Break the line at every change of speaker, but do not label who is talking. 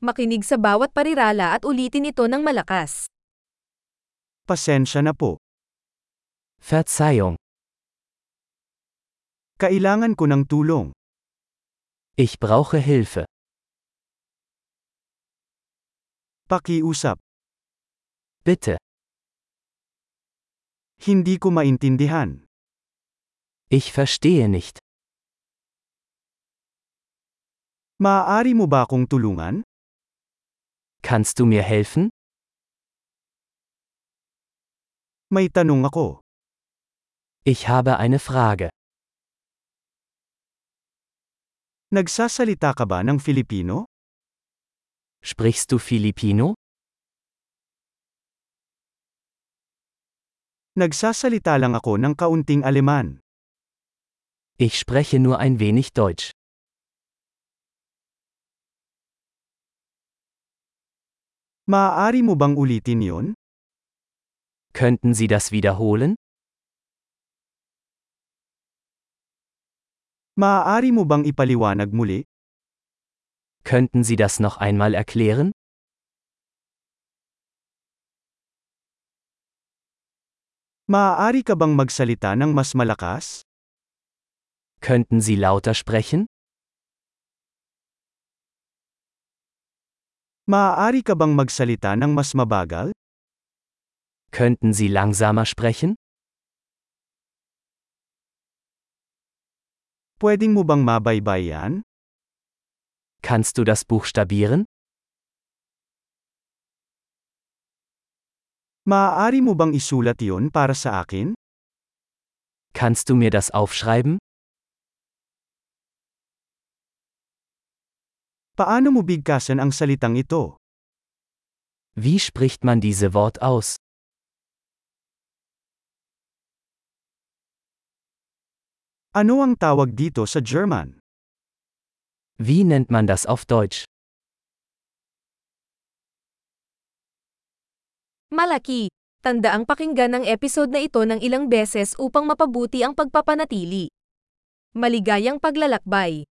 Makinig sa bawat parirala at ulitin ito ng malakas.
Pasensya na po.
Verzeihung,
Kailangan ko ng tulong.
ich brauche Hilfe.
Pakiusap.
Bitte,
Hindi ko maintindihan.
ich verstehe nicht.
Maaari mo ba akong tulungan?
Kannst du mir helfen?
May tanong ako.
Ich habe eine Frage.
Nagsasalita ka ba ng Filipino?
Sprichst du Filipino?
Nagsasalita lang ako ng kaunting Aleman.
Ich spreche nur ein wenig Deutsch.
Maaari mo bang ulitin yon?
Könnten Sie das wiederholen?
Maaari mo bang ipaliwanag muli?
Könnten Sie das noch einmal erklären?
Maaari ka bang magsalita ng mas malakas?
Könnten Sie lauter sprechen?
Maaari ka bang magsalita ng mas mabagal?
Könnten Sie langsamer sprechen?
Pwedeng mo bang mabaybayan?
Kannst du das buchstabieren?
Maaari mo bang isulat yon para sa akin?
Kannst du mir das aufschreiben?
Paano mo bigkasan ang salitang ito?
Wie spricht man diese Wort aus?
Ano ang tawag dito sa German?
Wie nennt man das auf Deutsch?
Malaki! Tandaang pakinggan ang episode na ito ng ilang beses upang mapabuti ang pagpapanatili. Maligayang paglalakbay!